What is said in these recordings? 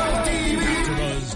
AfterBuzz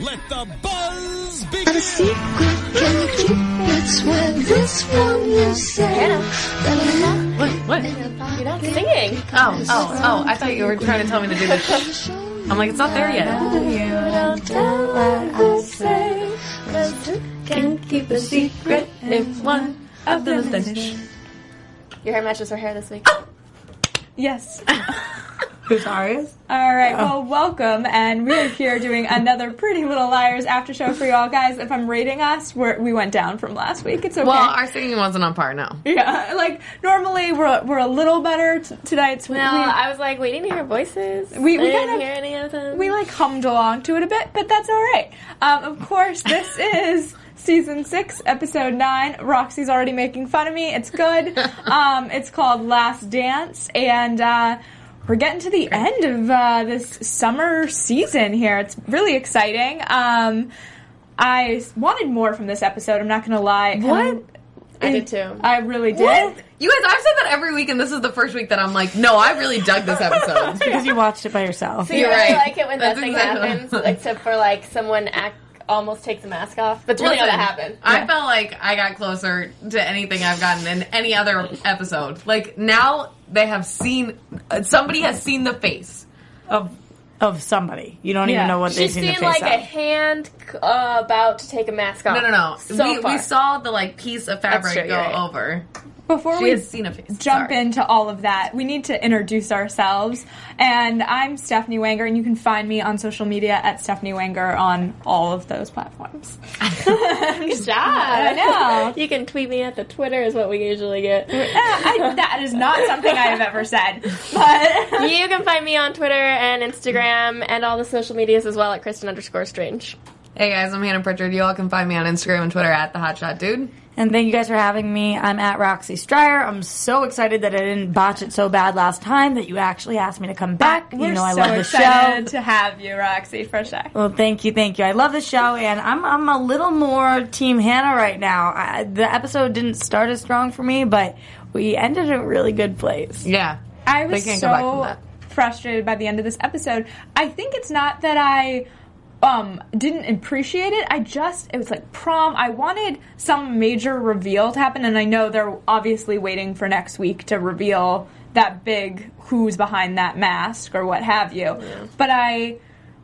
let the buzz Got a begin. secret, can you keep it? Swear this from yourself. That I'm not What? What? about You're not it. singing. Oh, oh, oh! I thought you were trying to tell me to do this. I'm like, it's not there yet. You don't tell what I say. Cause you can keep a secret if one of them is finished. Your hair matches her hair this week. Yes. All right. Oh. Well, welcome, and we're here doing another Pretty Little Liars after show for you all, guys. If I'm rating us, we're, we went down from last week. It's okay. Well, our singing wasn't on par. No. yeah, like normally we're we're a little better t- tonight. No, I was like waiting to hear voices. We- we I didn't gotta- hear any of them. we like hummed along to it a bit, but that's all right. Um, of course, this is season six, episode nine. Roxy's already making fun of me. It's good. Um, it's called Last Dance, and uh, we're getting to the end of uh, this summer season here. It's really exciting. Um, I s- wanted more from this episode. I'm not going to lie. What? I did too. I really did. You guys, I've said that every week, and this is the first week that I'm like, no, I really dug this episode. because you watched it by yourself. You You're really right. like it when That's that thing exactly- happens, except for like someone act almost takes a mask off. That's really how that happened. I felt like I got closer to anything I've gotten in any other episode. Like now, they have seen uh, somebody has seen the face. Of of somebody. You don't Yeah. even know what She's they see in seen the face like a of. hand uh, about to take a mask off. No, no, no. So we, far. we saw the like piece of fabric true, go you're right. over. Before She we has seen a face. jump Sorry. into all of that, we need to introduce ourselves. And I'm Stephanie Wanger, and you can find me on social media at Stephanie Wanger on all of those platforms. Good job. I know. you can tweet me at the Twitter is what we usually get. Ah, I, that is not something I have ever said, but you can find me on Twitter and Instagram and all the social medias as well at Kristen underscore Strange. Hey guys, I'm Hannah Pritchard. You all can find me on Instagram and Twitter at the Hotshot Dude. And thank you guys for having me. I'm at Roxy Stryer. I'm so excited that I didn't botch it so bad last time that you actually asked me to come back. we're you know I so love the show. excited to have you, Roxy, for sure. Well, thank you, thank you. I love the show, and I'm I'm a little more Team Hannah right now. I, the episode didn't start as strong for me, but we ended at a really good place. Yeah. I was can't so go back from that. frustrated by the end of this episode. I think it's not that I um, didn't appreciate it. I just it was like prom. I wanted some major reveal to happen, and I know they're obviously waiting for next week to reveal that big who's behind that mask or what have you. But I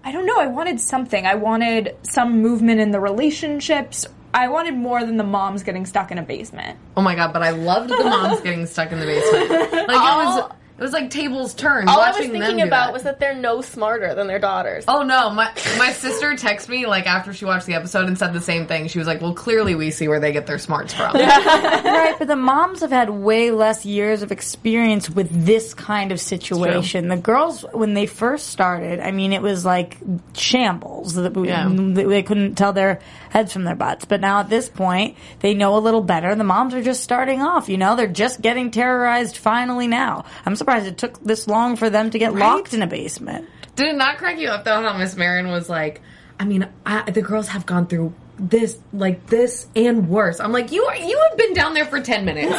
I don't know. I wanted something. I wanted some movement in the relationships. I wanted more than the moms getting stuck in a basement. Oh my god, but I loved the moms getting stuck in the basement. Like it was it was like tables turned. All I was watching them thinking do about that. was that they're no smarter than their daughters. Oh no, my my sister texted me like after she watched the episode and said the same thing. She was like, "Well, clearly we see where they get their smarts from." right, but the moms have had way less years of experience with this kind of situation. The girls, when they first started, I mean, it was like shambles. that we- Yeah. They they couldn't tell their heads from their butts. But now at this point, they know a little better. The moms are just starting off, you know? They're just getting terrorized finally now. I'm surprised it took this long for them to get locked in a basement. Did it not crack you up though how Miss Marin was like, "I mean, I, the girls have gone through this, like this, and worse. I'm like, you are, you have been down there for ten minutes.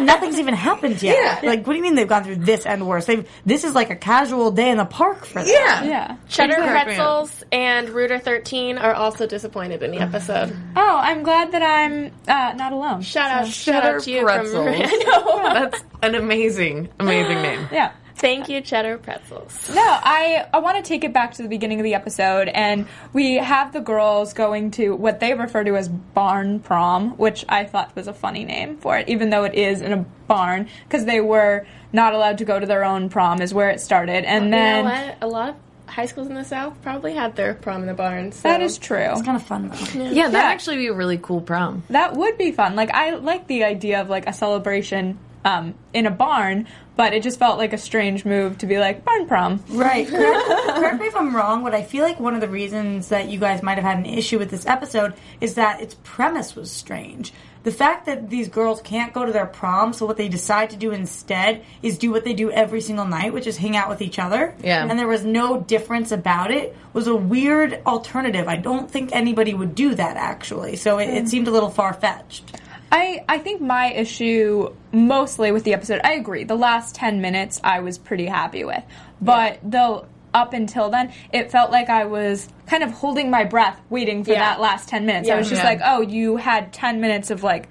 Nothing's even happened yet. Yeah. Like, what do you mean they've gone through this and worse? They've this is like a casual day in the park for them. yeah. Yeah. Cheddar Exactly. pretzels and Rooter 13 are also disappointed in the episode. Oh, I'm glad that I'm uh, not alone. Shout out, shout Cheddar out to you from pretzels. Rooter. Oh, That's an amazing, amazing name. Yeah. Thank you, Cheddar Pretzels. No, I I want to take it back to the beginning of the episode, and we have the girls going to what they refer to as barn prom, which I thought was a funny name for it, even though it is in a barn because they were not allowed to go to their own prom, is where it started, and you then know what? A lot of high schools in the South probably had their prom in the barn. So. that is true. kind of fun though. Yeah, that'd Yeah. actually be a really cool prom. That would be fun. Like I like the idea of like a celebration um, in a barn, but it just felt like a strange move to be like barn prom. Right. Correct, correct me if I'm wrong, but I feel like one of the reasons that you guys might have had an issue with this episode is that its premise was strange. The fact that these girls can't go to their prom, so what they decide to do instead is do what they do every single night, which is hang out with each other. Yeah. And there was no difference about it, was a weird alternative. I don't think anybody would do that actually. So it, it seemed a little far fetched. I, I think my issue mostly with the episode, I agree. The last 10 minutes I was pretty happy with. But though up until then, it felt like I was kind of holding my breath waiting for Yeah. that last 10 minutes. I was just Yeah. like, oh, you had 10 minutes of like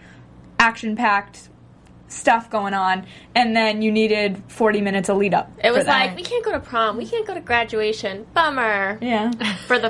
action packed stuff going on, and then you needed 40 minutes of lead up. It was for that. like, we can't go to prom, we can't go to graduation. Bummer. yeah. For the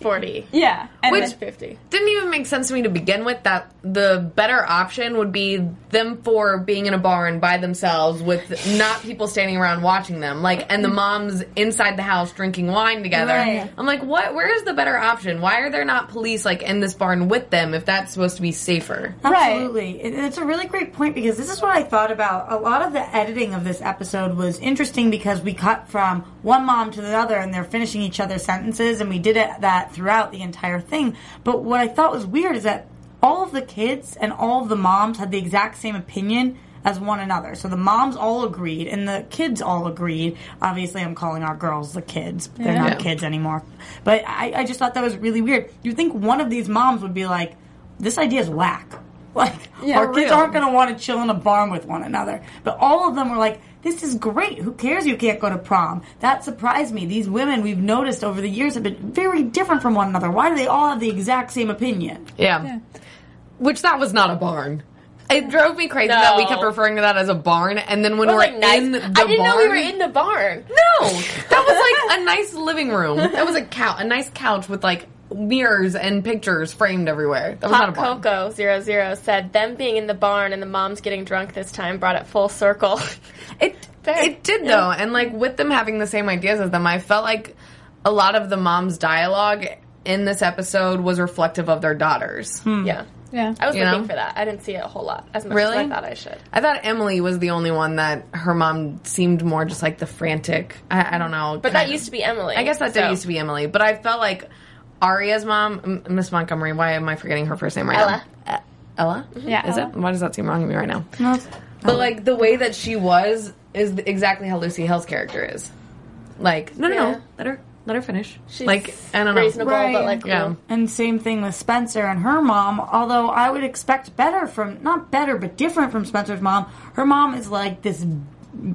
40. Yeah. And Which- then- 50. didn't even make sense to me to begin with that the better option would be them four being in a barn by themselves with not people standing around watching them like and the moms inside the house drinking wine together Right. i'm like what where is the better option why are there not police like in this barn with them if that's supposed to be safer Right. Absolutely. It- It's a really great point because this is what I thought about. A lot of the editing of this episode was interesting because we cut from one mom to the other and they're finishing each other's sentences, and we did it that throughout the entire thing. But what I thought was weird is that all of the kids and all of the moms had the exact same opinion as one another. So the moms all agreed and the kids all agreed. Obviously, I'm calling our girls the kids, but they're not kids anymore. But I, I just thought that was really weird. You'd think one of these moms would be like, this idea is whack. Like, our for kids real. aren't going to want to chill in a barn with one another. But all of them were like, this is great. Who cares you can't go to prom? That surprised me. These women we've noticed over the years have been very different from one another. Why do they all have the exact same opinion? yeah, which that was not a barn it drove me crazy that we No. kept referring to that as a barn and then when We're we're like nice. in the I didn't know we were barn- in the barn. No, that was like a nice living room. That was a couch, a nice couch with like mirrors and pictures framed everywhere. That was Hot not a barn. Coco 00 said, them being in the barn and the moms getting drunk this time brought it full circle. It Fair. it did though, and like with them having the same ideas as them, I felt like a lot of the mom's dialogue in this episode was reflective of their daughters. yeah. yeah. I was You looking know? for that. I didn't see it a whole lot as much Really? as I thought I should. I thought Emily was the only one that her mom seemed more just like the frantic. I, I don't know, But that used to be Emily. I guess that did so- used to be Emily, but I felt like Aria's mom, M- Miss Montgomery. Why am I forgetting her first name right Ella. now? E- Ella. Yeah, Is Ella. it? Why does that seem wrong to me right now? But like the way that she was is th- exactly how Lucy Hill's character is. Like no, no, Yeah. no. Let her let her finish. She's like I don't know. Reasonable, Right. but like, Yeah. cool. And same thing with Spencer and her mom, although I would expect better from, not better, but different from Spencer's mom. Her mom is like this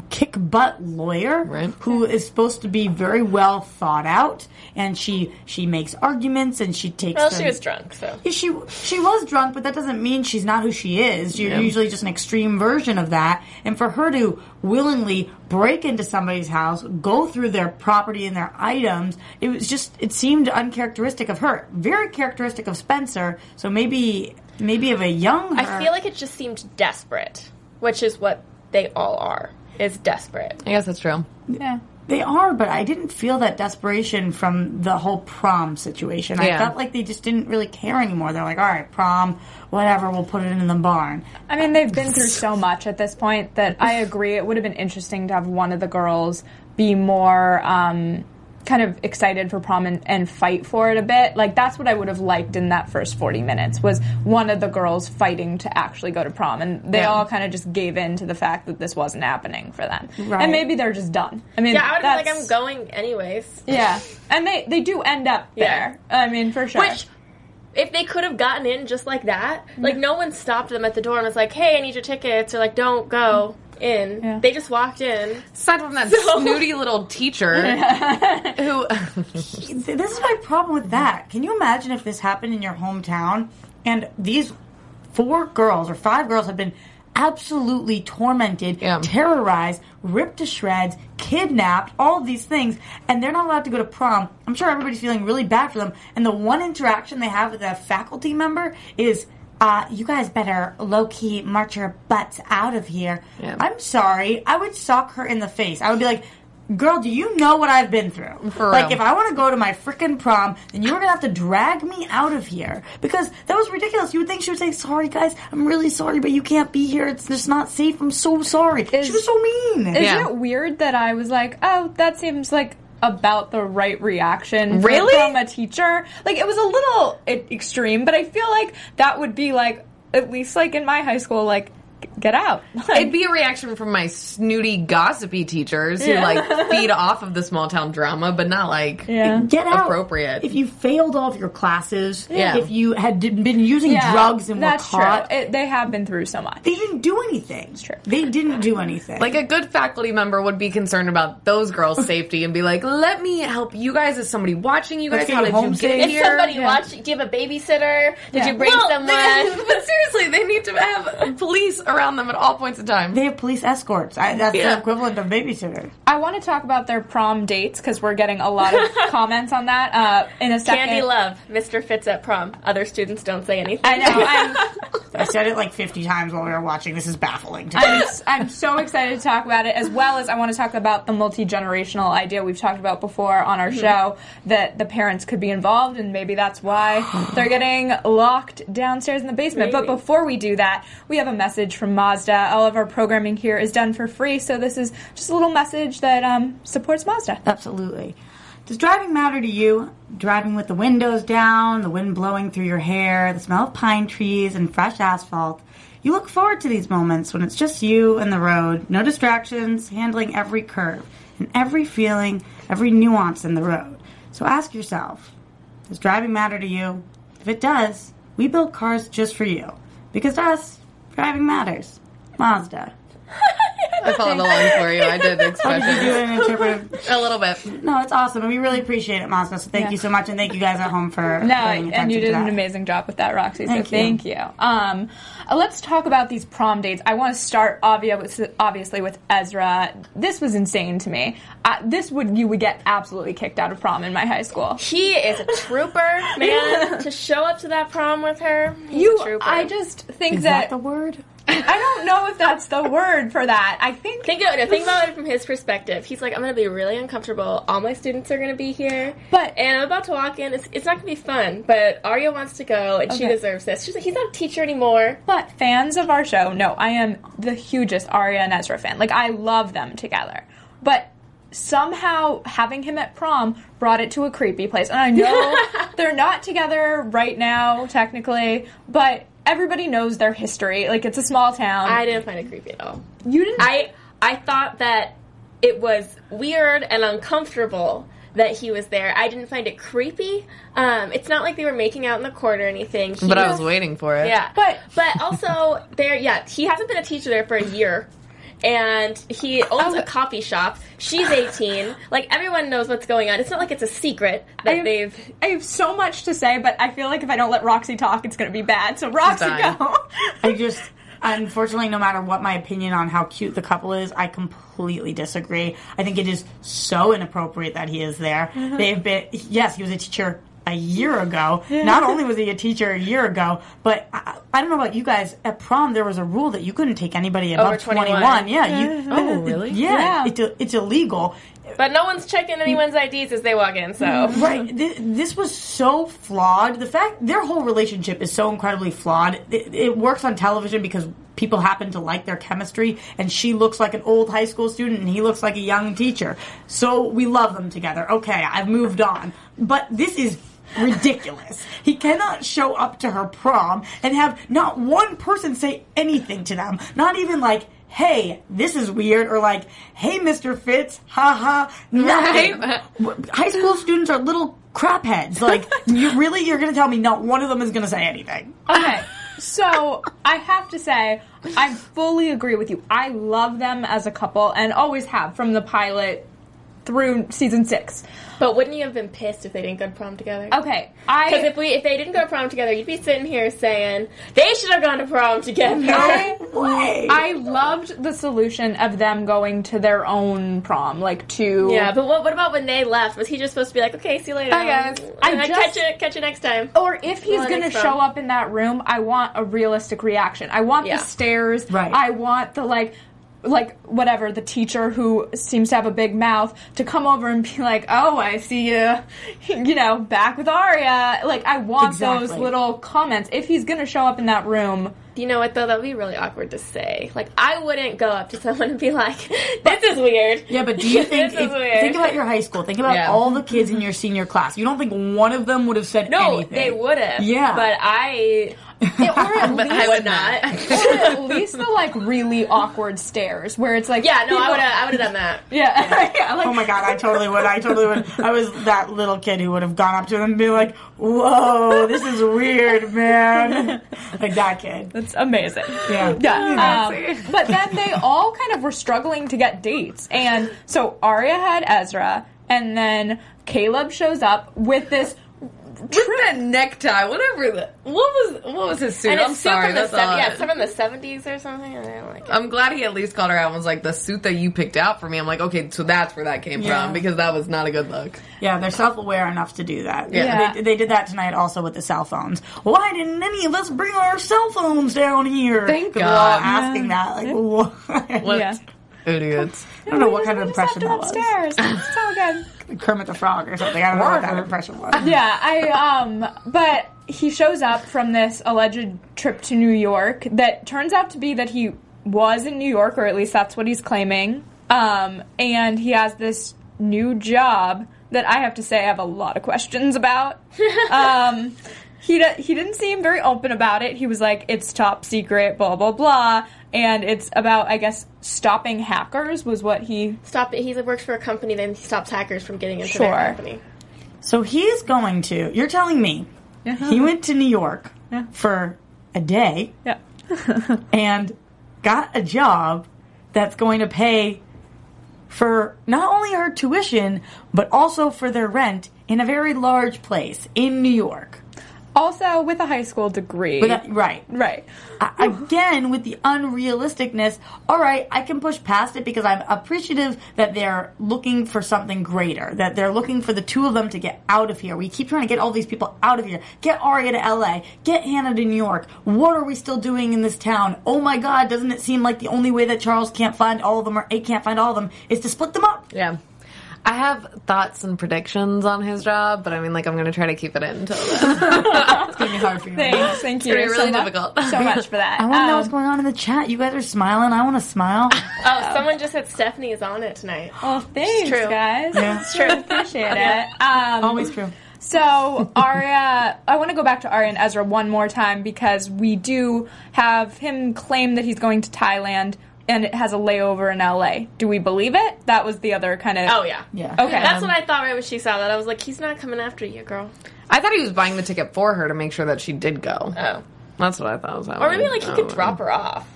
kick butt lawyer Right. who is supposed to be very well thought out and she she makes arguments and she takes Well, them- she was drunk, so. Yeah, she she was drunk, but that doesn't mean she's not who she is. You're usually just an extreme version of that. And for her to willingly break into somebody's house, go through their property and their items, it was just it seemed uncharacteristic of her. Very characteristic of Spencer. So maybe maybe of a young. I feel like it just seemed desperate, which is what they all are. Is desperate. I guess that's true. Yeah. They are, but I didn't feel that desperation from the whole prom situation. I Yeah. felt like they just didn't really care anymore. They're like, all right, prom, whatever, we'll put it in the barn. I mean, they've been through so much at this point that I agree. It would have been interesting to have one of the girls be more um, kind of excited for prom and, and fight for it a bit. Like that's what I would have liked in that first forty minutes was one of the girls fighting to actually go to prom, and they Yeah. all kind of just gave in to the fact that this wasn't happening for them. Right. And maybe they're just done. I mean, Yeah, I would have been like, that's- I'm going anyways. Yeah, and they they do end up Yeah. there. I mean, for sure. Which if they could have gotten in just like that, like no one stopped them at the door and was like, "Hey, I need your tickets," or like, "Don't go." In Yeah. they just walked in. Aside from that snooty little teacher who This is my problem with that. Can you imagine if this happened in your hometown and these four girls or five girls have been absolutely tormented, Yeah. terrorized, ripped to shreds, kidnapped, all of these things, and they're not allowed to go to prom? I'm sure everybody's feeling really bad for them. And the one interaction they have with a faculty member is. Uh, you guys better low key march your butts out of here. Yeah. I'm sorry. I would sock her in the face. I would be like, girl, do you know what I've been through? For like, real. if I want to go to my freaking prom, then you're gonna have to drag me out of here because that was ridiculous. You would think she would say, "Sorry, guys, I'm really sorry, but you can't be here. It's just not safe. I'm so sorry." she Is- was so mean. Isn't Yeah. it weird that I was like, oh, that seems like about the right reaction for- Really? from a teacher? Like, it was a little e- extreme, but I feel like that would be like, at least like in my high school, like, g- get out. Like, It'd be a reaction from my snooty, gossipy teachers who like feed off of the small town drama, but not like yeah. Get out. appropriate. If you failed all of your classes, Yeah. if you had d- been using Yeah, drugs and were that's caught, True. It, they have been through so much. they didn't do anything. true. They didn't do anything. like a good faculty member would be concerned about those girls' safety and be like, "Let me help you guys. Is somebody watching you guys? Let's get How you did home you get safe. Did here?" somebody yeah. watch? Do you have a babysitter? Did Yeah. you bring Well, someone? they- but seriously, they need to have police around them at all points in time. they have police escorts. I, that's Yeah. the equivalent of babysitter. I want to talk about their prom dates because we're getting a lot of comments on that uh, in a second. Candy Love, Mr. Fitz at prom. Other students don't say anything. I know. I'm, I said it like 50 times while we were watching. This is baffling to me. I'm, I'm so excited to talk about it, as well as I want to talk about the multi generational idea we've talked about before on our show that the parents could be involved, and maybe that's why they're getting locked downstairs in the basement. But Maybe. before we do that, we have a message from Mazda. All of our programming here is done for free, so this is just a little message that um, supports Mazda. Absolutely. Does driving matter to you? Driving with the windows down, the wind blowing through your hair, the smell of pine trees and fresh asphalt. You look forward to these moments when it's just you and the road, no distractions, handling every curve and every feeling, every nuance in the road. So ask yourself, does driving matter to you? If it does, we build cars just for you. Because to us, driving matters. Mazda. I followed along for you. I did How did you do expressions an interpretive a little bit. No, it's awesome, and we really appreciate it, Mazda. So thank Yeah. you so much, and thank you guys at home for No, and paying you attention to did an that. amazing job with that, Roxy. So Thank you. thank you. Um, uh, let's talk about these prom dates. I want to start obviously, obviously with Ezra. This was insane to me. Uh, this would you would get absolutely kicked out of prom in my high school. He is a trooper, man. to show up to that prom with her, he's a You, trooper. I just think Is that, that the word? I don't know if that's the word for that. I think, think of, no, think about it from his perspective. He's like, I'm going to be really uncomfortable. All my students are going to be here, But- and I'm about to walk in. It's, it's not going to be fun. But Arya wants to go, and she Okay. deserves this. She's like, he's not a teacher anymore. but fans of our show, no, I am the hugest Arya and Ezra fan. Like I love them together, but. Somehow having him at prom brought it to a creepy place. And I know they're not together right now, technically, but everybody knows their history. Like it's a small town. I didn't find it creepy at all. you didn't. I I thought that it was weird and uncomfortable that he was there. I didn't find it creepy. Um, it's not like they were making out in the court or anything. He But I was waiting for it. Yeah, But- but also there, yeah, he hasn't been a teacher there for a year, and he Oh. owns a coffee shop. She's eighteen. Like everyone knows what's going on. It's not like it's a secret that I- they've. I have so much to say, but I feel like if I don't let Roxy talk, it's going to be bad. So Roxy, dying. go. I just, unfortunately, no matter what my opinion on how cute the couple is, I completely disagree. I think it is so inappropriate that he is there. Mm-hmm. They've been, yes, he was a teacher a year ago. Not only was he a teacher a year ago, but I, I don't know about you guys. At prom, there was a rule that you couldn't take anybody above 21. Yeah. You, Oh, really? Yeah. Yeah. It's, it's illegal. But no one's checking anyone's IDs as they walk in. So Right. Th- This was so flawed. The fact their whole relationship is so incredibly flawed. It, it works on television because people happen to like their chemistry, and she looks like an old high school student, and he looks like a young teacher. So we love them together. Okay, I've moved on. But this is ridiculous. He cannot show up to her prom and have not one person say anything to them. Not even like. Hey, this is weird, or like, hey, Mr. Fitz, haha, nothing. W- High school students are little crapheads. Like, you really, you're going to tell me not one of them is going to say anything. Okay. So I have to say, I fully agree with you. I love them as a couple and always have from the pilot through season six. But wouldn't you have been pissed if they didn't go to prom together? Okay. I Because if we if they didn't go to prom together, you'd be sitting here saying they should have gone to prom together. I, Way. I loved the solution of them going to their own prom, like to Yeah, but what, what about when they left? Was he just supposed to be like, okay, see you later? Bye, guys. I I Oh, just- catch you, catch you next time. or if he's Well, going to next time. show up in that room, I want a realistic reaction. I want Yeah. the stares. Right. I want the like, like whatever the teacher who seems to have a big mouth to come over and be like, "Oh, I see you," you know, back with Arya. Like, I want those Exactly. little comments. If he's going to show up in that room, You know what though? That would be really awkward to say. Like, I wouldn't go up to someone and be like, "This is weird." Yeah, but do you think this if- is weird? think about your high school? Think about Yeah. all the kids in your senior class. You don't think one of them would have said no, anything? they would have. Yeah. but I, or But I would not. at least the like really awkward stares where it's like, yeah, no, I people- would have. I would have done that. yeah, yeah, like, Oh my god, I totally would. I totally would. I was that little kid who would have gone up to them and be like, "Whoa, this is weird, man." Like that kid. It's amazing. Yeah. Yeah. Um, but then they all kind of were struggling to get dates. And so Arya had Ezra, and then Caleb shows up with this. With that necktie, whatever. The, what was what was his suit? And I'm it's still sorry. from the That's all. sev- yeah, it's from the seventies or something. I don't like it. I'm glad he at least called her out and was like, the suit that you picked out for me. I'm like, okay, so that's where that came Yeah. from because that was not a good look. Yeah, they're self-aware enough to do that. Yeah. They, they did that tonight also with the cell phones. Why didn't any of us bring our cell phones down here? Thank They were all God. asking that. Like, what? What Yeah. idiots. I don't know what kind of We just have impression to that was. upstairs. It's all good. Kermit the Frog or something. I don't know what that impression was. Yeah, I um but he shows up from this alleged trip to New York that turns out to be that he was in New York or at least that's what he's claiming. Um and he has this new job that I have to say I have a lot of questions about. um he d- he didn't seem very open about it. He was like it's top secret, blah blah blah, and it's about I guess stopping hackers was what he Stop it. He works for a company that stops hackers from getting into Sure. their company. So he's going to. You're telling me he went to New York for a day Yeah. and got a job that's going to pay for not only her tuition but also for their rent in a very large place in New York. Also with a high school degree. But that- right. right. A- Again, with the unrealisticness, all right, I can push past it because I'm appreciative that they're looking for something greater, that they're looking for the two of them to get out of here. We keep trying to get all these people out of here. Get Arya to LA, get Hannah to New York. What are we still doing in this town? Oh my god, doesn't it seem like the only way that Charles can't find all of them or A can't find all of them is to split them up? Yeah. I have thoughts and predictions on his job, but I mean, like, I'm going to try to keep it in until then. It's gonna be hard for you. Thanks, thank you. gonna be really so difficult. Much, so much for that. I wanna know Um, what's going on in the chat. You guys are smiling. I wanna smile. Oh, someone just said Stephanie is on it tonight. well, thanks, true. guys. Yeah. Sure, appreciate it. Um, Always true. so Arya, I want to go back to Arya and Ezra one more time because we do have him claim that he's going to Thailand and it has a layover in LA. Do we believe it? That was the other kind of. Oh yeah. Yeah. Okay. That's what I thought right when she saw that. I was like, he's not coming after you, girl. I thought he was buying the ticket for her to make sure that she did go. Oh. That's what I thought was happening. Or maybe like he I could don't know. drop her off.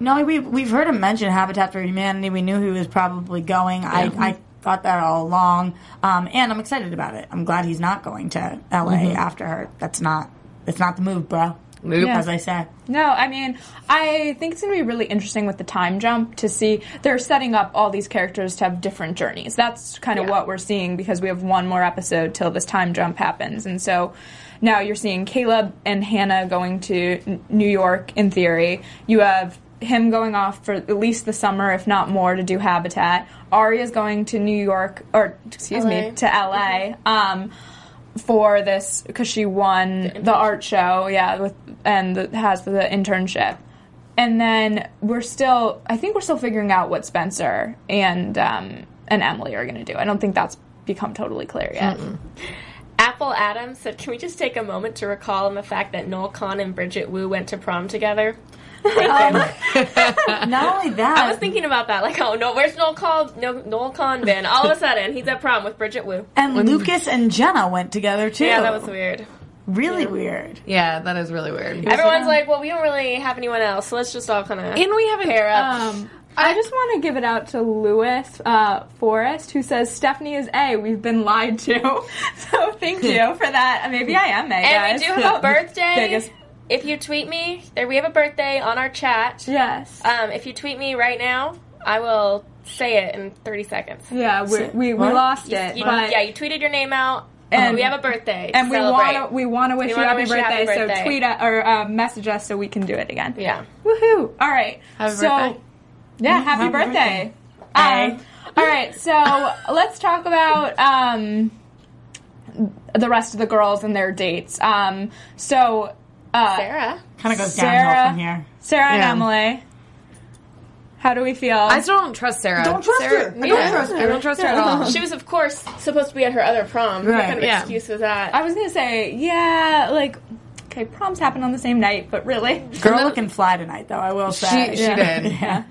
No, we've we've heard him mention Habitat for Humanity. We knew he was probably going. I I thought that all along, um, and I'm excited about it. I'm glad he's not going to L.A. after her. That's not that's not the move, bro. Nope. As I said, No, I mean, I think it's going to be really interesting with the time jump to see. They're setting up all these characters to have different journeys. That's kind of what we're seeing because we have one more episode till this time jump happens. And so now you're seeing Caleb and Hannah going to N- New York in theory. You have him going off for at least the summer, if not more, to do Habitat. Arya's going to New York, or excuse LA. me, to LA. Um, for this because she won the, art show, yeah, with and the, has the internship. And then we're still, I think we're still figuring out what Spencer and um, and Emily are going to do. I don't think that's become totally clear yet. Apple Adams said, "Can we just take a moment to recall on the fact that Noel Kahn and Bridget Wu went to prom together?" Not only that, I was thinking about that. Like, oh no, where's Noel called? No, Noel Kahn been? All of a sudden, he's at prom with Bridget Wu. and Lucas and Jenna went together too. Yeah, that was weird. really weird. Yeah, that is really weird. Everyone's like, well, we don't really have anyone else, so let's just all kind of. And we have a Pair up. Um, I just want to give it out to Lewis uh, Forrest, who says Stephanie is A. We've been lied to, so thank you for that. Maybe I am A. and we guys. do have a birthday. Biggest- If you tweet me, there we have a birthday on our chat. Yes. Um, if you tweet me right now, I will say it in 30 seconds. yeah, we, we, we What? lost You- it. you- but- yeah, you tweeted your name out. And- And we have a birthday. and we Celebrate. want to we want to wish you wanna happy, wish you birthday, happy So birthday. tweet us or uh, message us so we can do it again. Yeah. Woohoo! All right. Happy so, birthday. Yeah, happy, birthday. Um, all right. So let's talk about um, the rest of the girls and their dates. Um, so uh, Sarah. Kind of goes Sarah- downhill from here. Sarah Yeah. and Emily. How do we feel? I still don't trust Sarah. Don't trust Sarah, her. I don't yeah, trust her. I don't trust her at all. She was, of course, supposed to be at her other prom. What Right, kind of yeah. excuse was that? I was gonna say, yeah, like, okay, proms happen on the same night, but really, Girl looking fly tonight, though. I will say. She, she did.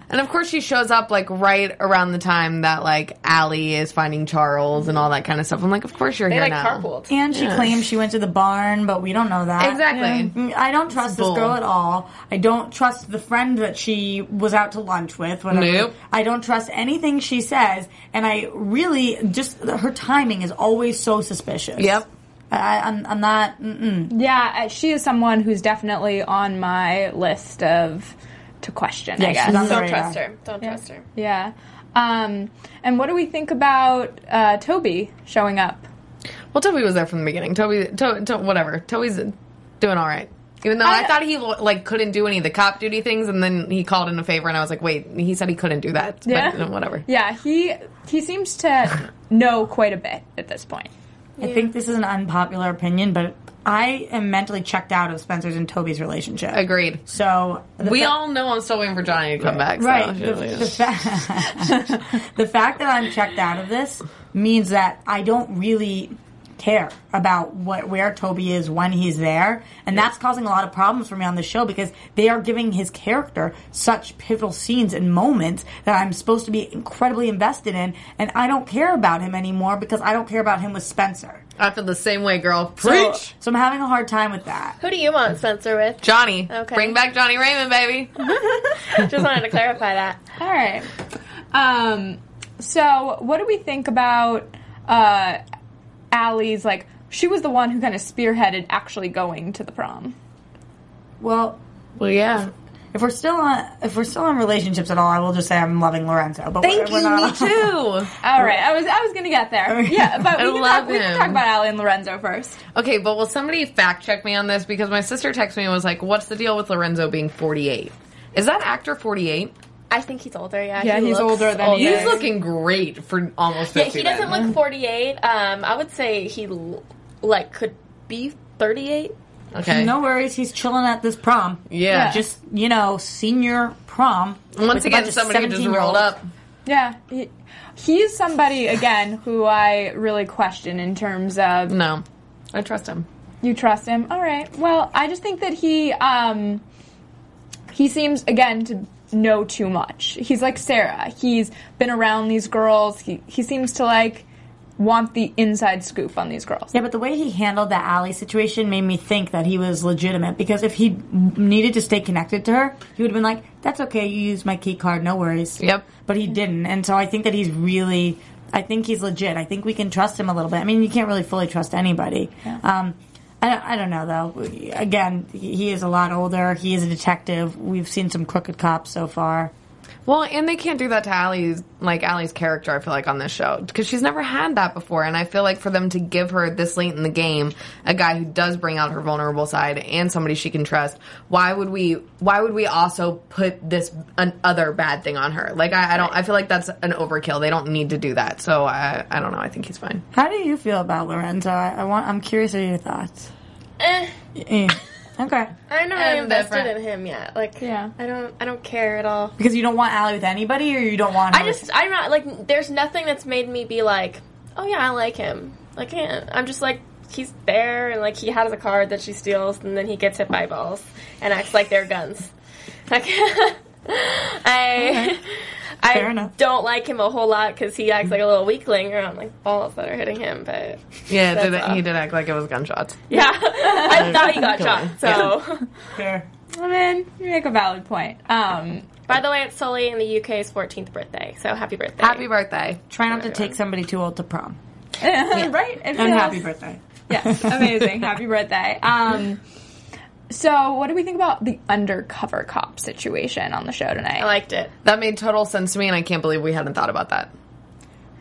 And of course she shows up like right around the time that like Allie is finding Charles and all that kind of stuff. I'm like, of course you're they here like now. carpooled. And she claims she went to the barn, but we don't know that. Exactly. Mm, I don't trust this bull. girl at all. I don't trust the friend that she was out to lunch with. Whatever. Nope. I don't trust anything she says, and I really just her timing is always so suspicious. Yep. I, I'm, I'm not. Mm-mm. yeah, uh, she is someone who's definitely on my list of to question. I Yeah, guess. she's on the Don't radar. trust her. Don't trust her. Yeah. Um, and what do we think about uh, Toby showing up? Well, Toby was there from the beginning. Toby, to, to, whatever. Toby's doing all right. Even though I, I- thought he like couldn't do any of the cop duty things, and then he called in a favor, and I was like, wait, he said he couldn't do that. Yeah. But no, whatever. Yeah, he he seems to know quite a bit at this point. I think this is an unpopular opinion, but I am mentally checked out of Spencer's and Toby's relationship. Agreed. So the We fa- all know I'm still waiting for Johnny to come back. so- Right. the, the, fa- the fact that I'm checked out of this means that I don't really care about what where Toby is when he's there, and that's causing a lot of problems for me on the show because they are giving his character such pivotal scenes and moments that I'm supposed to be incredibly invested in, and I don't care about him anymore because I don't care about him with Spencer. I feel the same way, girl. So, Preach, so I'm having a hard time with that. Who do you want Spencer with? Johnny. Okay. Bring back Johnny Raymond, baby. Just wanted to clarify that. All right. Um, so what do we think about uh, Allie's like? She was the one who kind of spearheaded actually going to the prom. Well, Well, yeah. if we're still on if we're still on relationships at all, I will just say I'm loving Lorenzo. But Thank we're, you. we're Me not too. All right, I was I was gonna get there. Yeah, but I we can, love talk, we can him. talk about Allie and Lorenzo first. Okay, but will somebody fact check me on this? Because my sister texted me and was like, "What's the deal with Lorenzo being 48? Is that actor 48? I think he's older. Yeah. Yeah, he he's looks older than older. he He's is. looking great for almost Yeah, 50. he then. doesn't look 48. Um, I would say he l- like could be 38. Okay. No worries, he's chilling at this prom. Yeah. Just, you know, senior prom. Once again, somebody who just rolled up. Yeah, he, he's somebody again who I really question in terms of No, I trust him. You trust him? All right. Well, I just think that he um he seems again to know too much. He's like Sarah. He's been around these girls. He he seems to like want the inside scoop on these girls. Yeah, but the way he handled the alley situation made me think that he was legitimate because if he needed to stay connected to her, he would have been like, that's okay, you used my key card, no worries. Yep. But he didn't. And so I think that he's really, I think he's legit. I think we can trust him a little bit. I mean, you can't really fully trust anybody. Um, I, I don't know though. Again, he he is a lot older. He is a detective. We've seen some crooked cops so far. Well, and they can't do that to Allie's like Allie's character. I feel like on this show because she's never had that before, and I feel like for them to give her this late in the game a guy who does bring out her vulnerable side and somebody she can trust. Why would we? Why would we also put this an other bad thing on her? Like I, I don't. I feel like that's an overkill. They don't need to do that. So I, I don't know. I think he's fine. How do you feel about Lorenzo? I, I want. I'm curious of your thoughts. Eh, Eh. okay, I'm not really I'm invested different. in him yet. Like, Yeah. I don't, I don't care at all. because you don't want Allie with anybody, or you don't want. I her- just, I'm not like. There's nothing that's made me be like, oh yeah, I like him. Like, yeah, I'm just like, he's there, and like he has a card that she steals, and then he gets hit by balls and acts like they're guns. Like, I I Fair enough. don't like him a whole lot because he acts like a little weakling around like balls that are hitting him. But Yeah, That's did it, he all. did act like it was gunshots. yeah, I thought he got shot. So, Fair. I mean, you make a valid point. Um, by the way, it's Sully in the UK's 14th birthday. So happy birthday! Happy birthday. Try not to take somebody too old to prom. right? It And feels- happy birthday. Yes, amazing. happy birthday. Um, so, what do we think about the undercover cop situation on the show tonight? I liked it. That made total sense to me, and I can't believe we hadn't thought about that.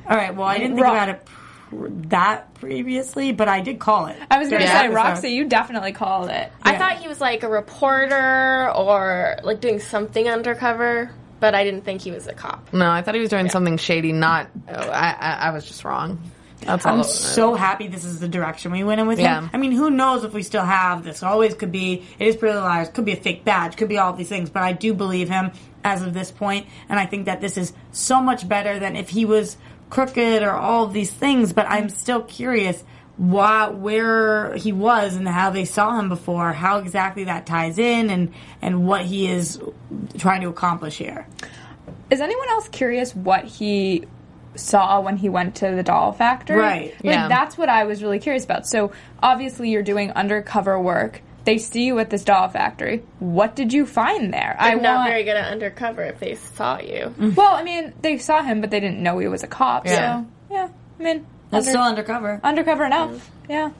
All right. Well, I didn't think Ro- about it pr- that previously, but I did call it. I was going to Yeah. say, Roxy, you definitely called it. I thought he was like a reporter or like doing something undercover, but I didn't think he was a cop. No, I thought he was doing something shady. Not, oh, I, I, I was just wrong. That's all. I'm so happy this is the direction we went in with Oh, Yeah. him. I mean, who knows if we still have this? Always could be. It is pretty liars. Could be a fake badge. Could be all these things. But I do believe him as of this point, and I think that this is so much better than if he was crooked or all of these things. But I'm still curious why where he was and how they saw him before, how exactly that ties in, and and what he is trying to accomplish here. Is anyone else curious what he saw when he went to the doll factory? Right, Like yeah. that's what I was really curious about. So obviously you're doing undercover work. They see you at this doll factory. What did you find there? I I'm not want- very good at undercover if they saw you. Mm-hmm. Well, I mean, they saw him, but they didn't know he was a cop. Yeah. So yeah, I mean, That's under- still undercover. undercover enough. Yeah.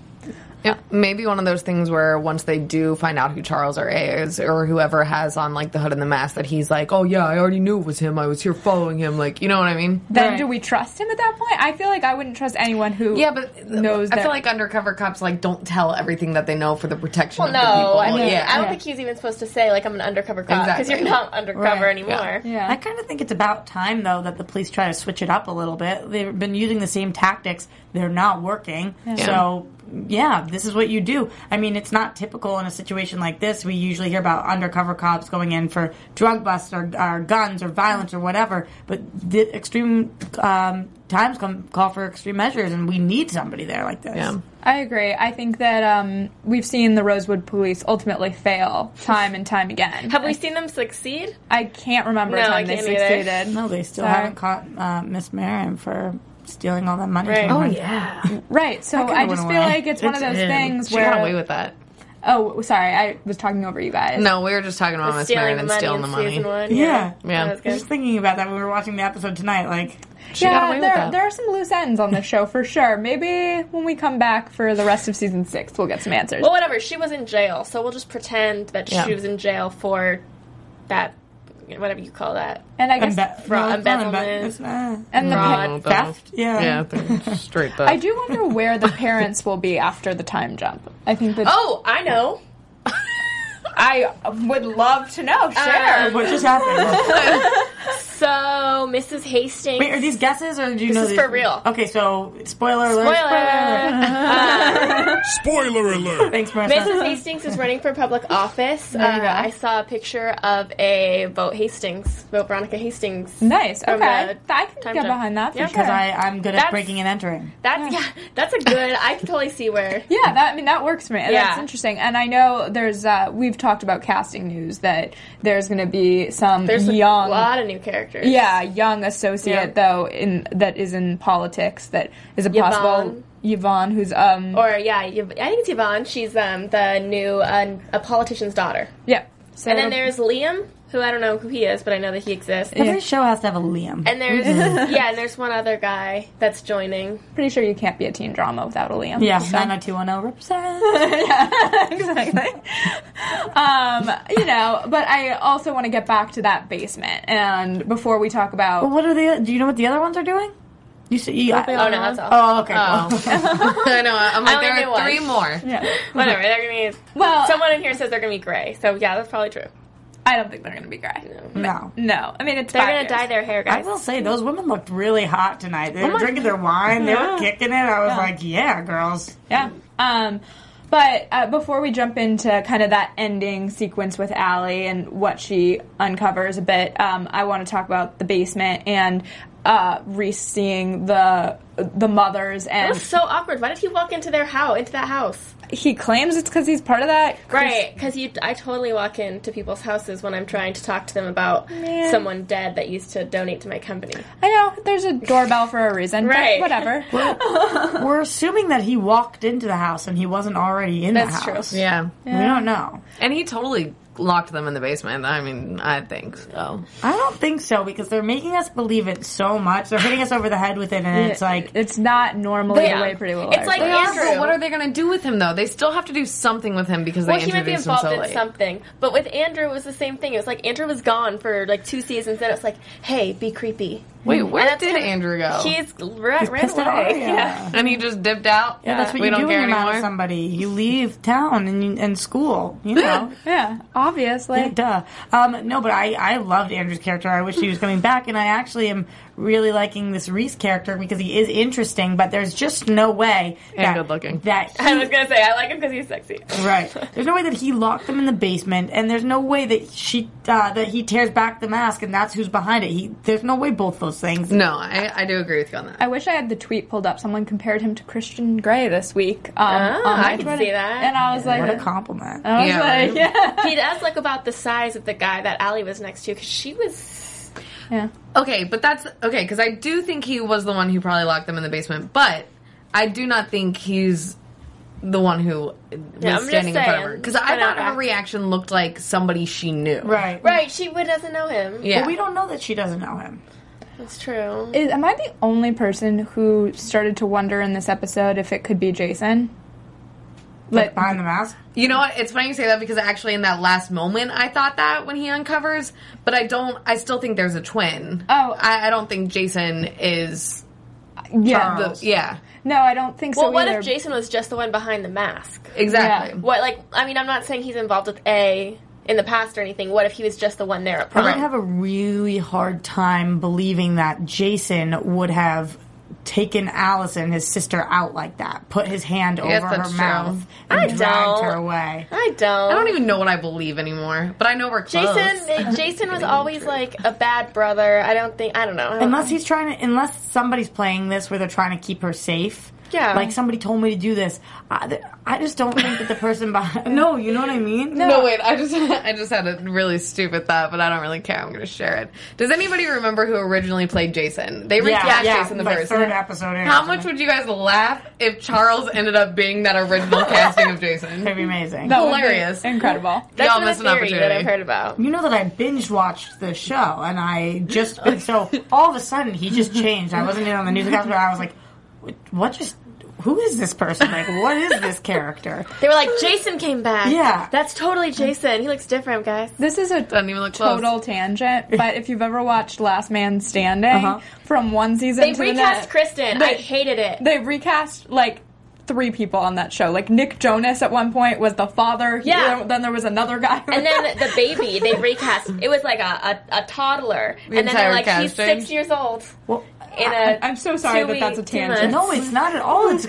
It may be one of those things where once they do find out who Charles or A is or whoever has on like the hood and the mask that he's like, oh yeah, I already knew it was him. I was here following him. Like, you know what I mean? Then Right. do we trust him at that point? I feel like I wouldn't trust anyone who Yeah, but knows I that feel like undercover cops like don't tell everything that they know for the protection Well, of the people. no, I mean, yeah. I don't Yeah. think he's even supposed to say like I'm an undercover cop because Exactly. you're not undercover Right. anymore. yeah. I kind of think it's about time, though, that the police try to switch it up a little bit. They've been using the same tactics. They're not working. So, yeah, this is what you do. I mean, it's not typical in a situation like this. We usually hear about undercover cops going in for drug busts or, or guns or violence or whatever. But the extreme um, times come, call for extreme measures, and we need somebody there like this. Yeah. I agree. I think that um, we've seen the Rosewood police ultimately fail time and time again. Have we seen them succeed? I can't remember a No, time I they can't either. succeeded. No, they still Sorry. haven't caught uh, Miss Marin for stealing all that money. Oh, Right. Oh, From her. yeah. Right. So could've I went just away. feel like it's one of It's those in. things She where. got away with that. oh, sorry. I was talking over you guys. No, we were just talking about Miss Marin and stealing the in money. season one. Yeah. Yeah. That was I was just good. thinking about that when we were watching the episode tonight. Like, She got away Yeah, with there, that. there are some loose ends on the show for sure. Maybe when we come back for the rest of season six, we'll get some answers. Well, whatever. She was in jail, so we'll just pretend that Yeah. she was in jail for that, whatever you call that. and I guess, embe- fraud- no, it's not embe- embezzlement. it's not. and the fraud. pa- Oh, Theft? Yeah. Yeah, they're straight theft. I do wonder where the parents will be after the time jump. I think that Oh, I know. I would love to know. Uh, Share. What just happened? So Mrs. Hastings. Wait, are these guesses or do you know is these? for real. Okay, so spoiler alert. Spoiler. Spoiler alert! Thanks, Marissa. Mrs. Hastings is running for public office. Uh, you go. I saw a picture of a vote Hastings, vote Veronica Hastings. Nice. from Okay. the I can time get jump. behind that for Yeah. Because sure. I, I'm good at That's- breaking and entering. That's yeah. That's a good. I can totally see where. yeah, that I mean that works for me. Yeah. That's interesting. And I know there's uh, we've talked about casting news that there's going to be some There's a young lot of new characters. yeah, young associate though in that is in politics that is a possible Yvonne who's um Or yeah, Yv- I think it's Yvonne. She's um the new uh, a politician's daughter. yeah. So And then there's Liam, who I don't know who he is, but I know that he exists. Every show has to have a Liam. And there's yeah, and there's one other guy that's joining. pretty sure you can't be a teen drama without a Liam. yeah, So- 90210 represent. exactly. um, you know, but I also want to get back to that basement and before we talk about what are the? Do you know what the other ones are doing? You see? You, I, Oh no, that's all. Oh, okay. cool. I know. I'm like, only there knew are one. three more. Whatever. They're gonna be Well, someone in here says they're gonna be gray. So yeah, that's probably true. I don't think they're going to be gray. No. No, I mean it's They're five gonna years. dye their hair, I guys. will say those women looked really hot tonight. Oh They were drinking their wine. They were kicking it. I was like, yeah, girls. Yeah. Um, but uh, before we jump into kind of that ending sequence with Allie and what she uncovers a bit, um, I want to talk about the basement and uh, Reese seeing the the mothers That and was so awkward. Why did he walk into their house, into that house? he claims it's because he's part of that Right, because you, I totally walk into people's houses when I'm trying to talk to them about someone dead that used to donate to my company. i know there's a doorbell for a reason Right. but whatever We're assuming that he walked into the house and he wasn't already in That's the true. house. Yeah. We don't know. And he totally locked them in the basement. I mean, I think so. I don't think so because they're making us believe it so much. They're hitting us over the head with it, and it's like it's not normally Yeah. the way pretty little It's like Liars Andrew. Well, what are they going to do with him though? They still have to do something with him because they well, he might be introduced him involved so in late. something, but with Andrew it was the same thing. It was like Andrew was gone for like two seasons, then it's like, hey, be creepy. Wait, where And that's did kinda- Andrew go? He's ra- ran pissed at Arya. away. Yeah. and he just dipped out. Yeah, that's what we you don't do care when you're mad anymore. at somebody. You leave town and you, and school. You know. are. yeah obviously Yeah, duh. Um, no, but I, I loved Andrew's character. I wish he was coming back, and I actually am really liking this Reese character because he is interesting. But there's just no way And that good-looking. that I was gonna say I like him because he's sexy. Right. There's no way that he locked them in the basement, and there's no way that she uh, that he tears back the mask, and that's who's behind it. He there's no way both those things. No, I, I do agree with you on that. I wish I had the tweet pulled up. Someone compared him to Christian Grey this week. Um, on my Oh, I can Twitter. see that. And I was like, uh, What a compliment. I was Yeah, like, right. yeah. he does like about the size of the guy that Allie was next to because she was yeah. Okay, but that's okay because I do think he was the one who probably locked them in the basement, but I do not think he's the one who was Yeah, I'm just standing in front of her saying. because I thought her Whatever. reaction looked like somebody she knew. right. right. She would doesn't know him. Yeah. But we don't know that she doesn't know him. that's true. Is, am I the only person who started to wonder in this episode if it could be Jason? Like behind the mask. You know what? It's funny you say that because actually, in that last moment, I thought that when he uncovers, but I don't. I still think there's a twin. Oh. I, I don't think Jason is. Yeah. The, yeah, no, I don't think so Well, what either. if Jason was just the one behind the mask? exactly. Yeah. What like I mean, I'm not saying he's involved with A in the past or anything. What if he was just the one there at I would prom? have a really hard time believing that Jason would have taken Allison, his sister, out like that. Put his hand Yes, over her that's true. mouth and I dragged don't. her away. I don't. I don't even know what I believe anymore, but I know we're close. Jason. Jason was always like a bad brother. I don't think. I don't know. I don't Unless he's trying to, unless somebody's playing this where they're trying to keep her safe. Yeah. Like somebody told me to do this. I, th- I just don't think that the person behind. No, you know what I mean. No, wait. I just I just had a really stupid thought, but I don't really care. I'm going to share it. Does anybody remember who originally played Jason? They recast Jason the like first. third episode. in or How much something. would you guys laugh if Charles ended up being that original casting of Jason? That'd be amazing. That would be Hilarious. Incredible. That's Y'all been a missed an theory that I've opportunity. heard about. You know that I binge watched the show, and I just been, so all of a sudden he just changed. I wasn't in on the news but I was like, "What- what just? Who is this person? Like, what is this character? They were like, Jason came back. Yeah. that's totally Jason. He looks different, guys. This is a Doesn't even look close. total tangent, but if you've ever watched Last Man Standing Uh-huh. from one season They to the recast next, Kristen. I They- hated it. they recast like three people on that show. Like Nick Jonas at one point was the father. He- Yeah. then- then there was another guy. and then the baby, they recast. It was like a, a, a toddler. and then entire they're like, he's casting. six years old. Well, In a I'm so sorry that that's a two-week- two tangent. months. No, it's not at all. It's a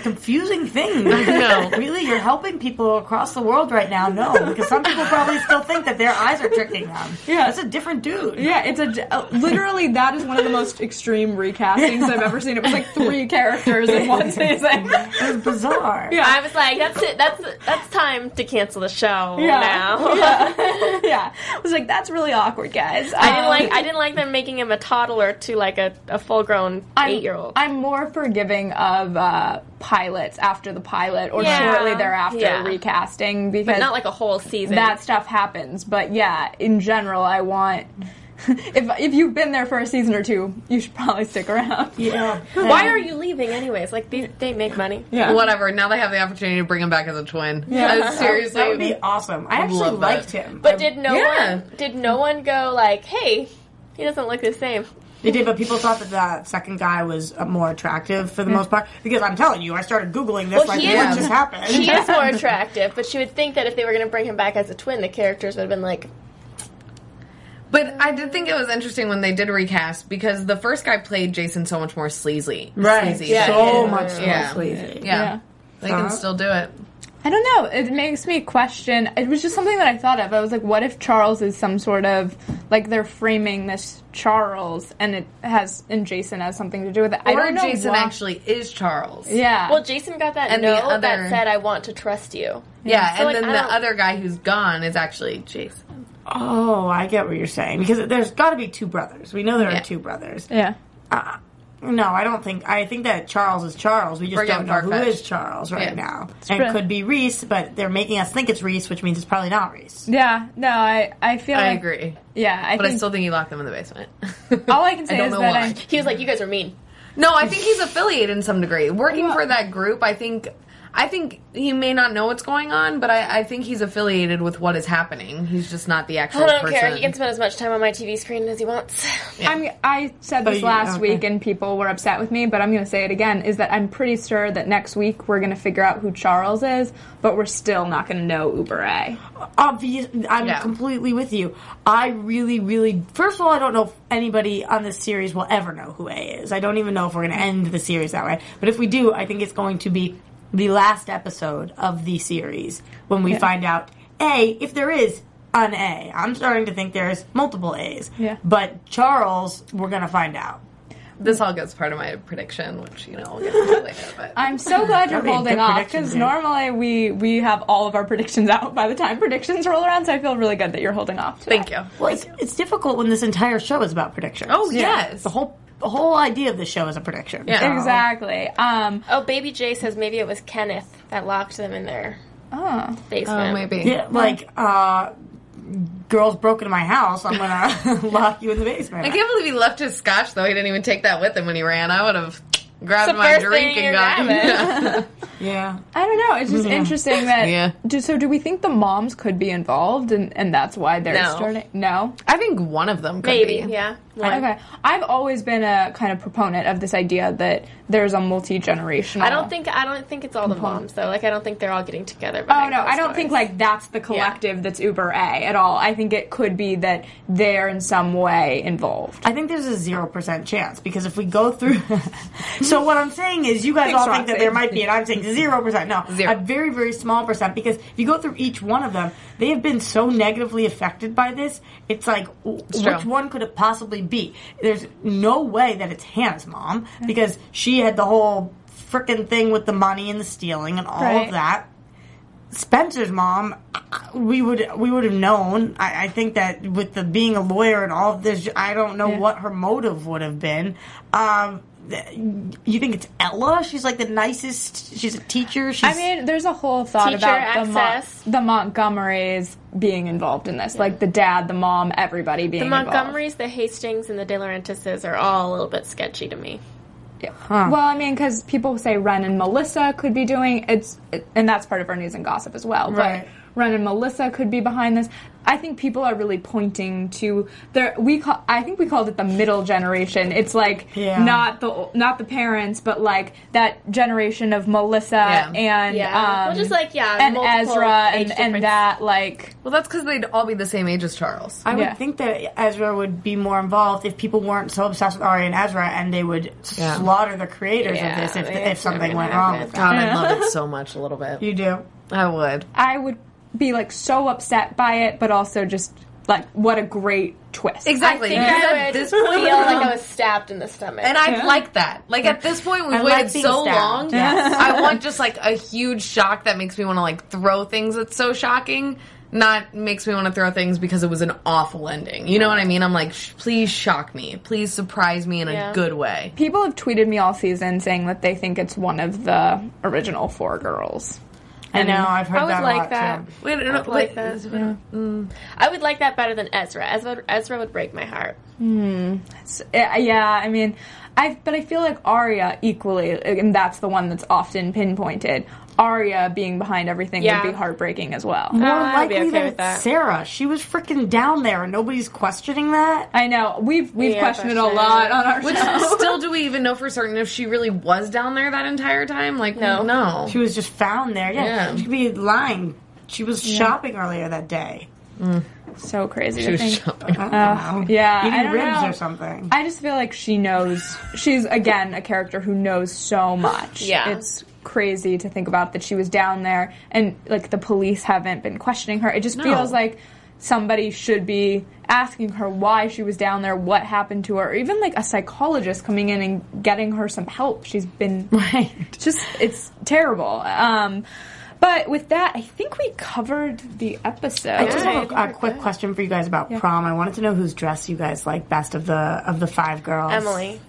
confusing thing. no. Really, you're helping people across the world right now. No, because some people probably still think that their eyes are tricking them. Yeah. That's a different dude. yeah, it's a uh, literally that is one of the most extreme recastings I've ever seen. It was like three characters in one season. It was bizarre. Yeah. I was like, that's it. That's that's time to cancel the show Yeah. now. yeah, yeah. I was like, that's really awkward, guys. I didn't like. I didn't like them making him a toddler to like a, a full grown eight year old. I'm more forgiving of uh, pilots after the pilot or Yeah. shortly thereafter Yeah. recasting because Not like a whole season. that stuff happens. But yeah, in general, I want. If, if you've been there for a season or two, you should probably stick around. Yeah. Why are you leaving anyways? Like they, they make money. Yeah. Whatever. Now they have the opportunity to bring him back as a twin. Yeah. Uh, seriously. That would be awesome. I actually Love that. liked him. But did no Yeah. one did no one go like, hey, he doesn't look the same? They did, but people thought that the second guy was uh, more attractive for the most part. Because I'm telling you, I started Googling this Well, like, he what is- just happened? He is more attractive, but you would think that if they were going to bring him back as a twin, the characters would have been like, But I did think it was interesting when they did recast because the first guy played Jason so much more sleazy. right. Sleazy. so Yeah. much more Yeah. sleazy. Yeah. They can Uh-huh. still do it. I don't know. It makes me question. It was just something that I thought of. I was like, what if Charles is some sort of like they're framing this Charles, and it has and Jason has something to do with it. I or don't know. Jason why. actually is Charles. Yeah. Well, Jason got that And the note other- that said, "I want to trust you." Yeah, So, and like, then I the don't- other guy who's gone is actually Jason. Oh, I get what you're saying because there's got to be two brothers. We know there Yeah. are two brothers. yeah. Uh, no, I don't think. I think that Charles is Charles. We just We're don't getting know who far-fetched. is Charles right Yeah. now. And it true. could be Reese, but they're making us think it's Reese, which means it's probably not Reese. Yeah. No, I I feel. I like- agree, Yeah, I but I think still think he locked them in the basement. all I can say don't is know that why. I. He was like, "You guys are mean." No, I think he's affiliated in some degree. Working for that group, I think I think he may not know what's going on, but I, I think he's affiliated with what is happening. He's just not the actual I don't person. care. He can spend as much time on my TV screen as he wants. I'm, I said this you- last okay. week and people were upset with me, but I'm going to say it again is that I'm pretty sure that next week we're going to figure out who Charles is, but we're still not going to know Uber A. Obvious. I'm Yeah. completely with you. I really, really. First of all, I don't know if anybody on this series will ever know who A is. I don't even know if we're going to end the series that way. But if we do, I think it's going to be the last episode of the series when we find out A, if there is an A. I'm starting to think there's multiple A's. Yeah. But Charles, we're going to find out. This all gets part of my prediction, which you know we'll get into later. But I'm so glad you're That'd be a holding good off prediction, because dude. normally we, we have all of our predictions out by the time predictions roll around, so I feel really good that you're holding off. today. thank you. Well, it's, it's difficult when this entire show is about predictions. Oh yes, The whole the whole idea of this show is a prediction. Yeah. So- Exactly. Um, Oh, baby Jay says maybe it was Kenneth that locked them in their oh. basement. oh, maybe. Yeah, like uh, girls broke into my house. I'm gonna lock you in the basement. I can't believe he left his scotch though. He didn't even take that with him when he ran. I would have grabbed the my first drink thing and you're gone. yeah, I don't know. It's just interesting that. Yeah. Do, so, do we think the moms could be involved, and, and that's why they're No. starting? No. I think one of them could maybe. be. Yeah. Okay. I've always been a kind of proponent of this idea that there's a multi generational. I don't think I don't think it's all the moms though. Like I don't think they're all getting together. Oh no, I don't think like that's the collective that's Uber A at all. I think it could be that they're in some way involved. I think there's a zero percent chance because if we go through. so what I'm saying is, you guys Thanks, all think that Roxy. there might be, and I'm saying zero percent. No, Zero. a very very small percent because if you go through each one of them, they have been so negatively affected by this. It's like, w true. which one could it possibly be? There's no way that it's Hannah's mom because she had the whole frickin' thing with the money and the stealing and all Right. of that. Spencer's mom, we would we would have known. I, I think that with the being a lawyer and all of this, I don't know Yeah. what her motive would have been. Um, th- you think it's Ella? She's like the nicest. She's a teacher. She's, I mean, there's a whole thought Teacher about the, Mon- access. the Montgomerys being involved in this, like the dad, the mom, everybody being the involved. Montgomerys, the Hastings, and the De Laurentiis are all a little bit sketchy to me. Well, I mean, because people say Ren and Melissa could be doing it's, it, and that's part of our news and gossip as well. Right. But Ren and Melissa could be behind this. I think people are really pointing to their. We call. I think we called it the middle generation. It's like Yeah. not the not the parents, but like that generation of Melissa Yeah. and Yeah. um, Well, just like, yeah, and multiple Ezra age and, difference. and that like Well, that's because they'd all be the same age as Charles. I would yeah. think that Ezra would be more involved if people weren't so obsessed with Ari and Ezra, and they would Yeah. slaughter the creators Yeah, of this if, I mean, if it's something never went gonna wrong happen. with that. God, I love it so much. A little bit, You do. I would. I would be like so upset by it, but also just like what a great twist. Exactly. think because I at would this point, feel like I was stabbed in the stomach. and I like that. Like at this point, we've I like waited being so stabbed. long. Yes. I want just like a huge shock that makes me want to like throw things. That's so shocking. Not makes me want to throw things because it was an awful ending. You know what I mean? I'm like, sh- please shock me. Please surprise me in a Yeah. good way. People have tweeted me all season saying that they think it's one of the original four girls. I know. I've heard I would that a like lot, that. too. Wait, no, I'd like that. mm. I would like that better than Ezra. Ezra Ezra would break my heart. S- uh, Yeah, I mean, I but I feel like Arya equally, and that's the one that's often pinpointed. Arya being behind everything Yeah. Mm-hmm. would be heartbreaking as well. More I'd be likely okay that with it's that. Sarah. She was freaking down there, and nobody's questioning that. I know we've we've Yeah, questioned it a questioned it. lot on our Which show. still, do we even know for certain if she really was down there that entire time? Like, no, no. She was just found there. Yeah, Yeah. she could be lying. She was shopping earlier that day. so crazy. She to was think. shopping. I don't know. Uh, yeah, eating I don't ribs know. or something. I just feel like she knows. She's again a character who knows so much. Yeah. it's crazy to think about that she was down there and like the police haven't been questioning her. It just feels like somebody should be asking her why she was down there, what happened to her, or even like a psychologist coming in and getting her some help. She's been right. Just it's terrible. Um, but with that, I think we covered the episode. I just have a, a quick question for you guys about prom. I wanted to know whose dress you guys like best of the of the five girls. Emily.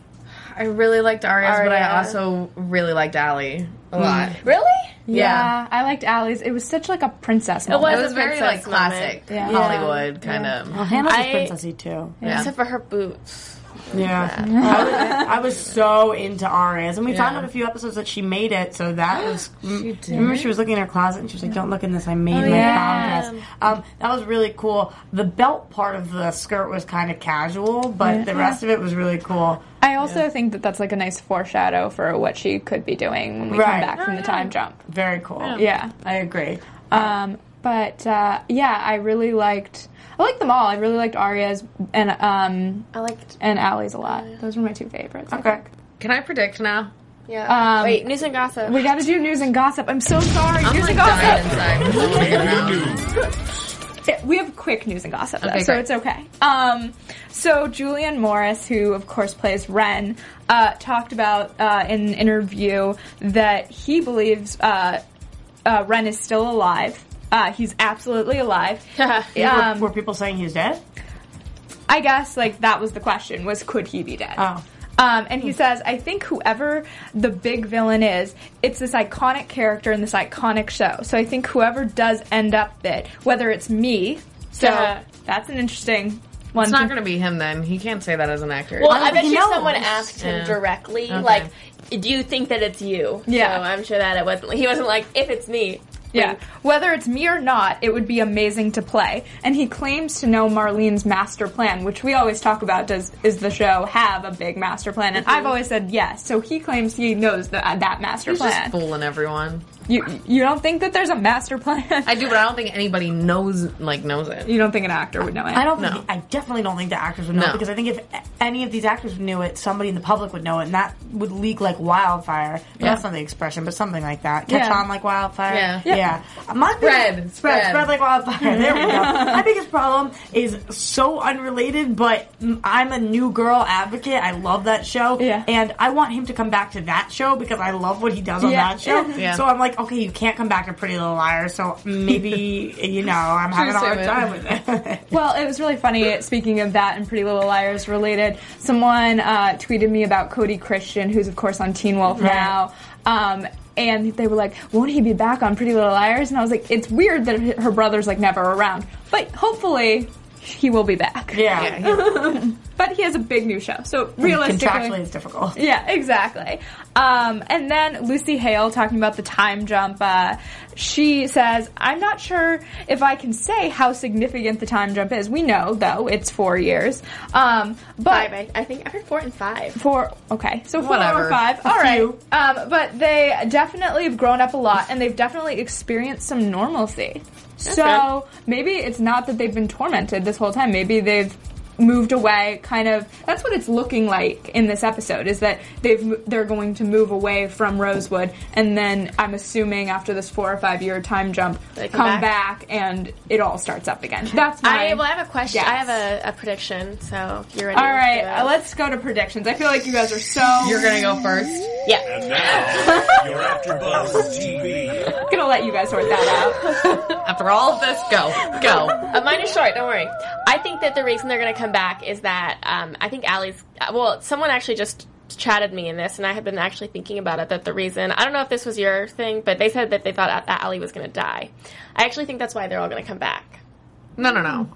I really liked Arias, but I Aria. also really liked Allie a lot. Really? Yeah, I liked Allie's. It was such like a princess moment. It was. was a very like princess moment. classic Yeah. Hollywood kind Well, of. Hannah's I- was princessy E, too. Yeah. Except for her boots. I, was, I was so into Arias, and we found out a few episodes that she made it. So that was. she Remember, she was looking in her closet, and she was like, "Don't look in this. I made my Oh, yeah. prom dress." Um, that was really cool. The belt part of the skirt was kind of casual, but the rest of it was really cool. I also think that that's like a nice foreshadow for what she could be doing when we Right. come back from the Oh, time jump. Very cool. Yeah. I agree. Um, but uh, yeah, I really liked. I liked them all. I really liked Aria's and um I liked. and Allie's a lot. Those were my two favorites. I Okay. think. Can I predict now? Yeah. Um, Wait, news and gossip. We got to do news and gossip. I'm so sorry. I'm news like and dying gossip. inside. Yeah, we have quick news and gossip, though, Okay, so great. it's okay. Um, so Julianne Morris, who of course plays Ren, uh, talked about uh, in an interview that he believes uh, uh, Ren is still alive. Uh, he's absolutely alive. Were- um, were, people saying he was dead? I guess like that was the question was could he be dead? Oh. Um, and he Hmm. says, I think whoever the big villain is, it's this iconic character in this iconic show. So I think whoever does end up it, whether it's me, so Yeah. that's an interesting one. It's not going to be him then. He can't say that as an actor. well, don't I bet think he you knows. someone asked him Yeah. directly, Okay. like, do you think that it's you? Yeah. So I'm sure that it wasn't. He wasn't like, if it's me. yeah. Whether it's me or not, it would be amazing to play. And he claims to know Marlene's master plan, which we always talk about. Does is the show have a big master plan? And I've always said yes. So he claims he knows the, uh, that master He's plan. just fooling everyone. You you don't think that there's a master plan? I do, but I don't think anybody knows like knows it. you don't think an actor would know it? I don't. No. Think, I definitely don't think the actors would know No. it because I think if a- any of these actors knew it, somebody in the public would know it, and that would leak like wildfire. But That's not the expression, but something like that. Catch Yeah. on like wildfire. Yeah. yeah. My Spread, biggest- spread. spread, spread like wildfire. There we go. My biggest problem is so unrelated, but mm, I'm a New Girl advocate. I love that show, Yeah. and I want him to come back to that show because I love what he does on Yeah. that show. Yeah. So I'm like, okay, you can't come back to Pretty Little Liars. So maybe you know I'm having a hard it. time with it. Well, it was really funny. Speaking of that and Pretty Little Liars related, someone uh, tweeted me about Cody Christian, who's of course on Teen Wolf now. Um, and they were like, "Won't he be back on Pretty Little Liars?" And I was like, "It's weird that her brother's like never around, but hopefully he will be back." yeah. But he has a big new show, so realistically, Contractually, it's difficult. Yeah, exactly. Um, and then Lucy Hale talking about the time jump. Uh, she says, "I'm not sure if I can say how significant the time jump is. We know though it's four years, um, but." Five, I, I think. I heard four and five. Four. Okay, so four Whatever. or five. All right. few. Um, but they definitely have grown up a lot, and they've definitely experienced some normalcy. so maybe it's not that they've been tormented this whole time. Maybe they've moved away. Kind of. That's what it's looking like in this episode. Is that they've mo- they're going to move away from Rosewood, and then I'm assuming after this four or five year time jump, They come come, back. and it all starts up again. That's my. I well, I have a question. I Yes. have a, a prediction. So if you're ready. all right, let's do uh, it. let's go to predictions. I feel like you guys are so. You're gonna go first. Yeah. And now, your AfterBuzz TV. gonna let you guys sort that out. After all of this, go, go. Uh, mine is short. Don't worry. I think that the reason they're going to come back is that um, I think Allie's. uh, Well, someone actually just chatted me in this, and I had been actually thinking about it. That the reason I don't know if this was your thing, but they said that they thought that Allie was going to die. I actually think that's why they're all going to come back. No, no, no.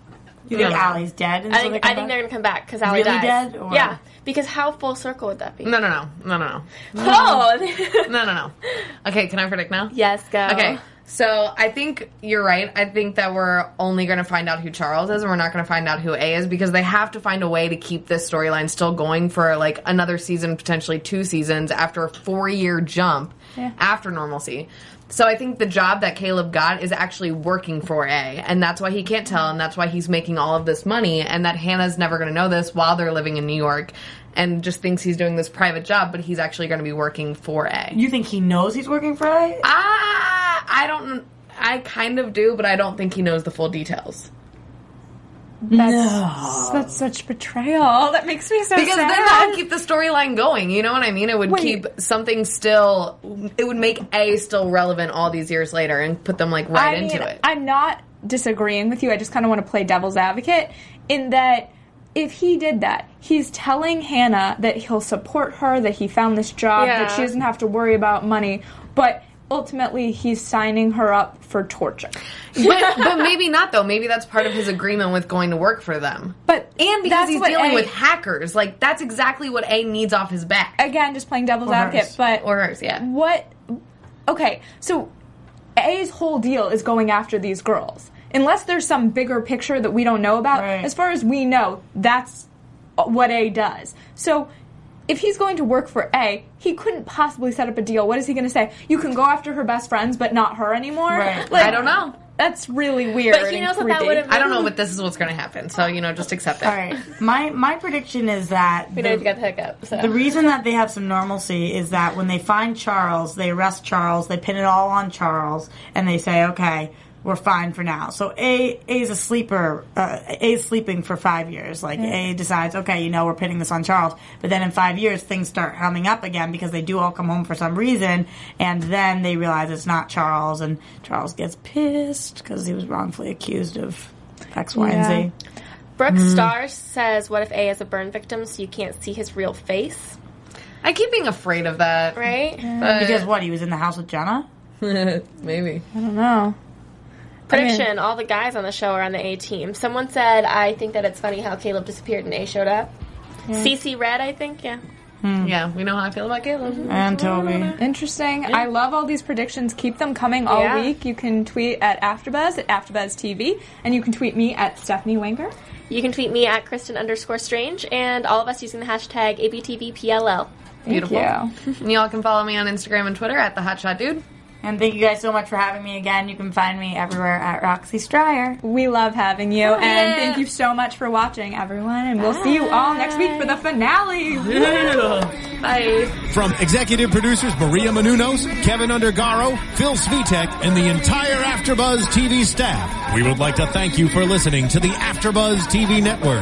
You think No. Allie's dead? I think I think they're going to come back because Allie Really dies. dead, or- Yeah, because how full circle would that be? No, no, no, no, no, no, Oh. no, no, no. Okay, can I predict now? yes, go. Okay. So I think you're right. I think that we're only going to find out who Charles is, and we're not going to find out who A is because they have to find a way to keep this storyline still going for like another season, potentially two seasons after a four year jump after normalcy. So I think the job that Caleb got is actually working for A, and that's why he can't tell, and that's why he's making all of this money, and that Hannah's never going to know this while they're living in New York, and just thinks he's doing this private job, but he's actually going to be working for A. You think he knows he's working for A? Ah, I don't. I kind of do, but I don't think he knows the full details. That's, that's such betrayal. That makes me so Because sad. then that would keep the storyline going. You know what I mean? It would Wait. keep something still. It would make A still relevant all these years later and put them like right I into mean, it. I'm not disagreeing with you. I just kind of want to play devil's advocate in that if he did that, he's telling Hannah that he'll support her, that he found this job, Yeah. that she doesn't have to worry about money, but ultimately he's signing her up for torture. but, but maybe not though. Maybe that's part of his agreement with going to work for them. But and because that's he's what dealing A- with hackers, like that's exactly what A needs off his back. Again, just playing devil's advocate, hers. but or hers, yeah. what okay so a's whole deal is going after these girls unless there's some bigger picture that we don't know about Right. as far as we know that's what a does so if he's going to work for a he couldn't possibly set up a deal what is he going to say you can go after her best friends but not her anymore Right. Like, I don't know. that's really weird But he and knows that that creepy. would have. I don't know, but this is what's going to happen. So you know, just accept it. All right. My my prediction is that We know you've got the hookup. So. The reason that they have some normalcy is that when they find Charles, they arrest Charles, they pin it all on Charles, and they say, "Okay, we're fine for now." So A A's a sleeper, uh, A's sleeping for five years. Like A decides, "Okay, you know, we're pinning this on Charles," but then in five years things start coming up again because they do all come home for some reason, and then they realize it's not Charles, and Charles gets pissed because he was wrongfully accused of X, Y, and Z. Brooke Star says, "What if A is a burn victim, so you can't see his real face?" I keep being afraid of that. Right? but- Because what he was in the house with Jenna. Maybe. no Prediction: All the guys on the show are on the A team. Someone said, "I think that it's funny how Caleb disappeared and A showed up." CC Red, I think. Yeah. Yeah, we know how I feel about Caleb. And Toby. Interesting. I love all these predictions. Keep them coming all Yeah. week. You can tweet at AfterBuzz at AfterBuzz TV, and you can tweet me at Stephanie Wenger. You can tweet me at Kristen underscore Strange and all of us using the hashtag ABTVPLL. Thank Beautiful. you. And y'all can follow me on Instagram and Twitter at the Hotshot Dude. And thank you guys so much for having me again. You can find me everywhere at Roxy Stryer. We love having you, and thank you so much for watching, everyone. And we'll see you all next week for the finale. Bye. From executive producers Maria Manunos, Kevin Undergaro, Phil Svitek, and the entire Afterbuzz TV staff, we would like to thank you for listening to the Afterbuzz TV network.